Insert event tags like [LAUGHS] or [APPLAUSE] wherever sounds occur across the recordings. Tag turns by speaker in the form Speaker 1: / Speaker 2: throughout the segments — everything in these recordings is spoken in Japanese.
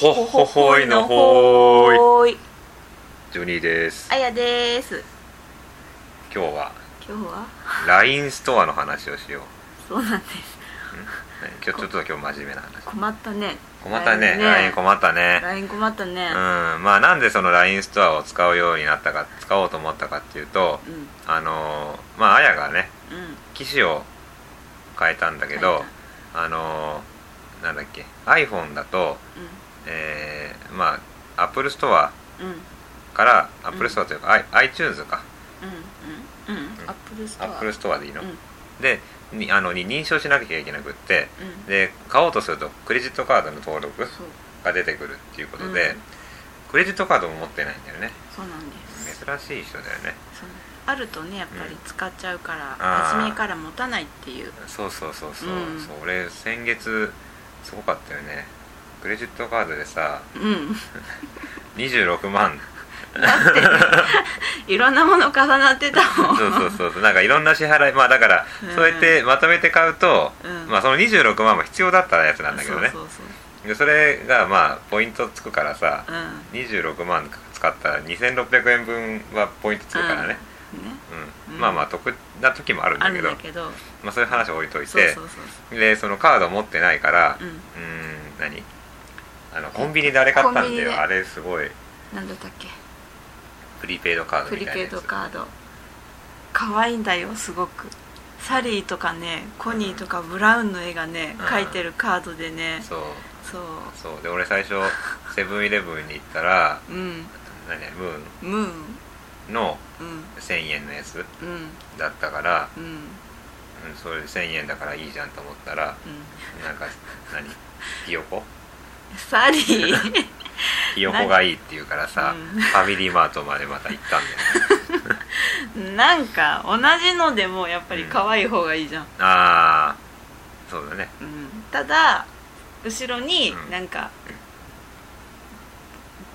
Speaker 1: ほほほいのほーい
Speaker 2: い
Speaker 1: ジョニーです
Speaker 2: あやです
Speaker 1: 今日は
Speaker 2: 今日は
Speaker 1: LINE ストアの話をしよう
Speaker 2: そうなんです
Speaker 1: はい今日ちょっと今日真面目な話
Speaker 2: 困ったね
Speaker 1: 困ったね LINE 困ったね
Speaker 2: LINE 困ったね
Speaker 1: うんまあなんでその LINE ストアを使うようになったか使おうと思ったかっていうと
Speaker 2: うんうん
Speaker 1: あのーまああやがね機種を変えたんだけどあのーなんだっけ iPhone だとえーまあ Apple ストア
Speaker 2: うんうんうん
Speaker 1: から
Speaker 2: う
Speaker 1: Apple
Speaker 2: ん
Speaker 1: ストアというか、I- iTunes か
Speaker 2: うんう
Speaker 1: う
Speaker 2: ん
Speaker 1: ん
Speaker 2: アップルストア
Speaker 1: Apple ストアでいいの、
Speaker 2: うん
Speaker 1: でにあのに認証しなきゃいけなくって
Speaker 2: うん
Speaker 1: で買おうとするとクレジットカードの登録
Speaker 2: そう
Speaker 1: が出てくるっていうことで、
Speaker 2: うん
Speaker 1: クレジットカードも持ってないんだよね
Speaker 2: そうなんです
Speaker 1: 珍しい人だよね
Speaker 2: そうあるとねやっぱり使っちゃうから
Speaker 1: あー
Speaker 2: 初めから持たないっていう
Speaker 1: そうそうそうそう,、
Speaker 2: うん
Speaker 1: そう俺先月すごかったよねクレジットカードでさ
Speaker 2: うん [LAUGHS]
Speaker 1: 26万 [LAUGHS]
Speaker 2: いろんなもの重なってたも
Speaker 1: そ
Speaker 2: ん
Speaker 1: うそうそうそうなんかいろんな支払いまあだから、
Speaker 2: うん
Speaker 1: そうやってまとめて買うと、
Speaker 2: うん
Speaker 1: まあその26万も必要だったやつなんだけどね
Speaker 2: そうそう
Speaker 1: でそれがまあポイントつくからさ、
Speaker 2: そううん
Speaker 1: 26万使ったら2600円分はポイントつくからね、
Speaker 2: うんね
Speaker 1: うん
Speaker 2: うん
Speaker 1: まあまあ得な時もあるん
Speaker 2: あ
Speaker 1: だ
Speaker 2: る
Speaker 1: け
Speaker 2: ん
Speaker 1: ど
Speaker 2: だけど
Speaker 1: まあ、そういう話は置いとい
Speaker 2: そう
Speaker 1: て
Speaker 2: そうそう
Speaker 1: でそのカード持ってないから
Speaker 2: そう
Speaker 1: う
Speaker 2: う
Speaker 1: ーん何あのコンビニであれ買った
Speaker 2: コ
Speaker 1: ん
Speaker 2: ンビ
Speaker 1: だ
Speaker 2: ニで
Speaker 1: よあれすごい
Speaker 2: んなんだったっけ
Speaker 1: プリペイドカード
Speaker 2: プ
Speaker 1: み
Speaker 2: リ
Speaker 1: たいな
Speaker 2: ペ
Speaker 1: や
Speaker 2: イド
Speaker 1: つ
Speaker 2: カード可愛いんだよすごくサリーとかねコニーとかブラウンの絵がね
Speaker 1: うん
Speaker 2: 描いてるカードでね
Speaker 1: そう
Speaker 2: そう
Speaker 1: そうで俺最初セブンイレブンに行ったら
Speaker 2: うん
Speaker 1: 何ムー
Speaker 2: ムーン
Speaker 1: ンの
Speaker 2: うん
Speaker 1: 1000円のやつ
Speaker 2: うん
Speaker 1: だったから、
Speaker 2: うんうん
Speaker 1: うん、それで1000円だからいいじゃんと思ったらなんか何ひよこ
Speaker 2: サリー
Speaker 1: ひよこがいいって言うからさ、
Speaker 2: うん
Speaker 1: ファミリーマートまでまた行ったんだよね
Speaker 2: なんか同じのでもやっぱり可愛い方がいいじゃん、
Speaker 1: ああそうだね
Speaker 2: うん、ただ後ろに
Speaker 1: うん
Speaker 2: なんか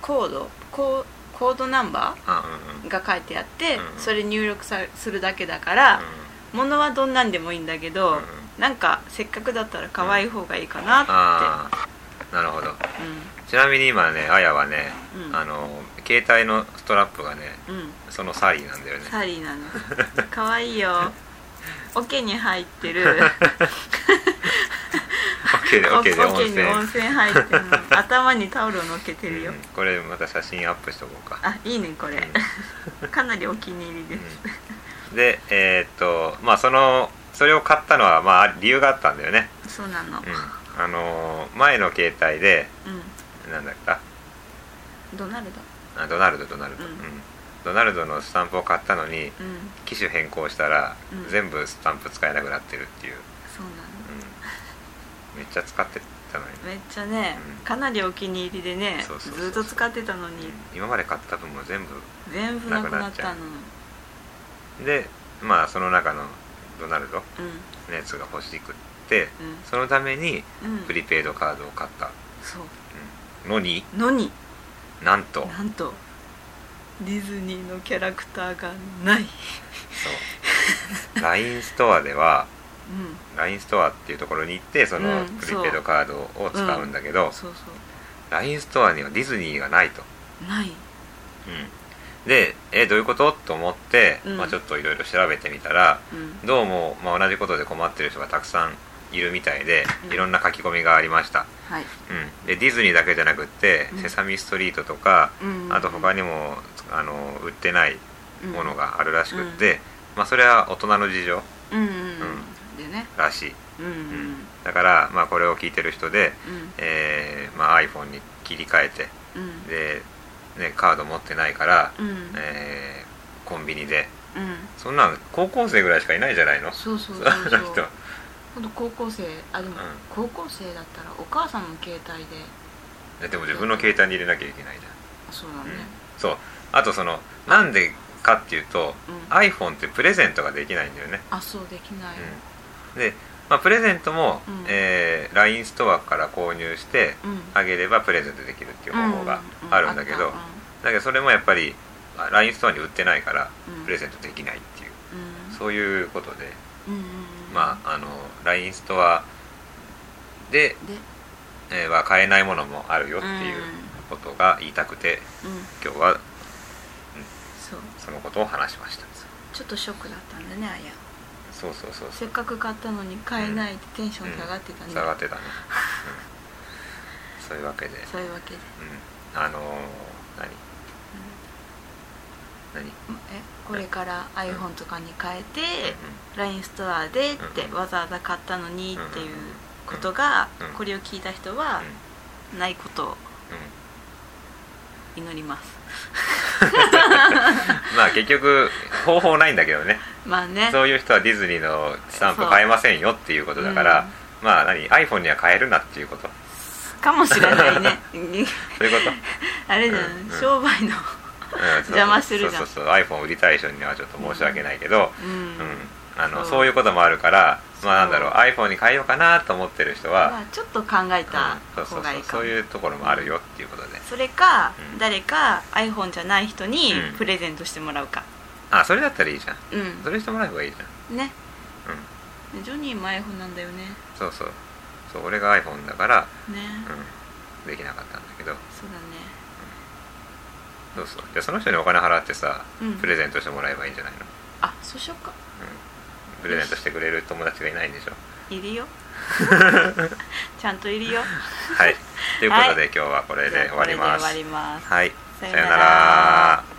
Speaker 2: コードコーコードナンバー
Speaker 1: あうんうん
Speaker 2: が書いてあって、
Speaker 1: うん
Speaker 2: それ入力さするだけだから、物はどんなんでもいいんだけど、
Speaker 1: うんうん
Speaker 2: なんかせっかくだったら可愛い方がいいかなっ
Speaker 1: ああなるほど
Speaker 2: て
Speaker 1: ちなみに今ねあやはね、
Speaker 2: うん
Speaker 1: あの携帯のストラップがね
Speaker 2: うん、うん
Speaker 1: そのサリーなんだよね
Speaker 2: サリーなの可愛いよ
Speaker 1: [LAUGHS]
Speaker 2: 桶に入ってる
Speaker 1: OK で
Speaker 2: お
Speaker 1: OK で温
Speaker 2: 桶
Speaker 1: 泉
Speaker 2: に温泉入って
Speaker 1: [LAUGHS]
Speaker 2: るの頭にタオルを乗っけてるよ、
Speaker 1: うんこれまた写真アップしとこうか
Speaker 2: あいいねこれ、かなりお気に入り
Speaker 1: う
Speaker 2: です、
Speaker 1: んでえーっとまあそのそれを買ったのはまあ理由があったんだよね、
Speaker 2: そうなの
Speaker 1: うん、あのー前の携帯で
Speaker 2: う
Speaker 1: なんだっけあ
Speaker 2: んドナル
Speaker 1: あドナルドドナルド、
Speaker 2: うん
Speaker 1: うんドナルドのスタンプを買ったのに
Speaker 2: ドうん
Speaker 1: 機種変更したら、
Speaker 2: うん
Speaker 1: 全部スタンプ使えなくなってるっていう、
Speaker 2: そうなの
Speaker 1: うんめっちゃ使ってたのに、
Speaker 2: めっちゃね、
Speaker 1: うん
Speaker 2: かなりお気に入りでね
Speaker 1: そうそうそう
Speaker 2: ずっと使ってたのに
Speaker 1: 今まで買った分も全
Speaker 2: 全部なくなった
Speaker 1: なくなっ
Speaker 2: の
Speaker 1: 部でまあその中のドナルド
Speaker 2: うん
Speaker 1: のやつが欲しくって
Speaker 2: うん
Speaker 1: そのために
Speaker 2: うん
Speaker 1: プリペイドカードを買った
Speaker 2: そう
Speaker 1: のに
Speaker 2: のに
Speaker 1: なんと
Speaker 2: なんとディズニーのキャラクターがない、
Speaker 1: そう LINE ストアでは LINE ストアっていうところに行ってその
Speaker 2: うん
Speaker 1: プリペイドカードを使うんだけど、
Speaker 2: うんそうそ
Speaker 1: LINE ストアにはディズニーがないと。
Speaker 2: うない
Speaker 1: うん、でえどういうことと思って、
Speaker 2: うん
Speaker 1: まあ、ちょっといろいろ調べてみたら
Speaker 2: うん
Speaker 1: どうも、まあ、同じことで困ってる人がたくさんいるみたいで
Speaker 2: うん
Speaker 1: いろんな書き込みがありました、
Speaker 2: はい、
Speaker 1: うん、でディズニーだけじゃなくって「
Speaker 2: うん
Speaker 1: セサミストリート」とか
Speaker 2: うん
Speaker 1: あと他にもあの売ってないものがあるらしくって、まあ、それは大人の事情
Speaker 2: うんうん、うんでね
Speaker 1: らしい、
Speaker 2: うんうん
Speaker 1: うんだから、まあ、これを聞いてる人で、
Speaker 2: うん
Speaker 1: えーまあ、iPhone に切り替えて
Speaker 2: うん
Speaker 1: で、ね、カード持ってないから、
Speaker 2: うん
Speaker 1: えーコンビニで
Speaker 2: うん
Speaker 1: そんなん高校生ぐらいしかいないじゃないの
Speaker 2: そうそうそう
Speaker 1: [LAUGHS] あ
Speaker 2: そ
Speaker 1: の
Speaker 2: う
Speaker 1: 人
Speaker 2: ほんと高校生あでも
Speaker 1: うん
Speaker 2: 高校生だったらお母さんの携帯で
Speaker 1: えでも自分の携帯に入れなきゃいけないじゃ
Speaker 2: あそうだ
Speaker 1: ん、
Speaker 2: ね
Speaker 1: うん、そうあとそのなんでかっていうと
Speaker 2: うん
Speaker 1: iPhone ってプレゼントができないんだよね、
Speaker 2: あそうできない、
Speaker 1: うん、で、まあ、プレゼントも、
Speaker 2: うん
Speaker 1: えー LINE ストアから購入して
Speaker 2: うん
Speaker 1: あげればプレゼントできるっていう方法が
Speaker 2: うう
Speaker 1: あるんだけど、
Speaker 2: あっ
Speaker 1: だけどそれもやっぱりあ LINE ストアに売ってないから
Speaker 2: たうん
Speaker 1: プレゼントできないっていう、
Speaker 2: うん
Speaker 1: そういうことで
Speaker 2: うんうんうん
Speaker 1: まああの LINE ストアで
Speaker 2: で
Speaker 1: えーは買えないものもあるよっていうことが言いたくて、
Speaker 2: うん
Speaker 1: 今日は
Speaker 2: そう
Speaker 1: そのことを話しました
Speaker 2: ちょっとショックだったんだねあや
Speaker 1: そうそうそうそ
Speaker 2: せ
Speaker 1: う
Speaker 2: っかく買ったのに買えないってテンション下がってたね、
Speaker 1: 下がってたね、うんそういうわけで、
Speaker 2: そういうわけ
Speaker 1: う
Speaker 2: で、
Speaker 1: ん、あのー、何何
Speaker 2: うんえこれから iPhone とかに変えて、
Speaker 1: う
Speaker 2: LINE ストアでって、
Speaker 1: うん
Speaker 2: わざわざ買ったのにっていうこと
Speaker 1: ん
Speaker 2: が、
Speaker 1: うん
Speaker 2: これを聞いた人は
Speaker 1: うんうん
Speaker 2: ないことを祈ります
Speaker 1: うんまあ結局方法ないんだけどね
Speaker 2: まあね
Speaker 1: そういう人はディズニーのスタンプ買えませんよっていうことだから、まあ何 iPhone には買えるなっていうこと
Speaker 2: かもしれな
Speaker 1: [LAUGHS]
Speaker 2: いね
Speaker 1: そういうこ
Speaker 2: あれだよね、
Speaker 1: うんうん
Speaker 2: 商売の
Speaker 1: と、うん、
Speaker 2: 邪魔してるじゃん
Speaker 1: そうそうそう iPhone 売りたい人にはちょっと申し訳ないけど、
Speaker 2: うん、
Speaker 1: うんあの
Speaker 2: そう
Speaker 1: そういうこともあるからまあなんだろう
Speaker 2: そ
Speaker 1: iPhone に変えようかなと思ってる人
Speaker 2: ま
Speaker 1: は、
Speaker 2: あ、ちょっと考えた
Speaker 1: うんそうそ
Speaker 2: 方
Speaker 1: うそ
Speaker 2: がいういか
Speaker 1: そ
Speaker 2: も
Speaker 1: ういうところもあるよっていうことで、
Speaker 2: それか、
Speaker 1: うん
Speaker 2: 誰か iPhone じゃない人に
Speaker 1: うん
Speaker 2: プレゼントしてもらうか
Speaker 1: あそれだったらいいじゃん
Speaker 2: うん、
Speaker 1: それしてもらえばいいじゃん
Speaker 2: ね
Speaker 1: うん
Speaker 2: ジョニーも iPhone なんだよね
Speaker 1: そうそうそう俺が iPhone だから、
Speaker 2: ね、
Speaker 1: うん、できなかったんだけど
Speaker 2: そうだね
Speaker 1: そうそうじゃあその人にお金払ってさ、
Speaker 2: うん
Speaker 1: プレゼントしてもらえばいいんじゃないの、うん、
Speaker 2: あそうしようか
Speaker 1: プレゼントしてくれる友達がいないんでし
Speaker 2: [LAUGHS]
Speaker 1: ょ
Speaker 2: い
Speaker 1: [LAUGHS]
Speaker 2: るよちゃんといるよ
Speaker 1: はいということで、
Speaker 2: は
Speaker 1: 今日はこれで終わり
Speaker 2: じゃあ
Speaker 1: ま
Speaker 2: これで終わり
Speaker 1: す
Speaker 2: ます
Speaker 1: はい
Speaker 2: さ
Speaker 1: さ
Speaker 2: よ
Speaker 1: よ
Speaker 2: なら
Speaker 1: なら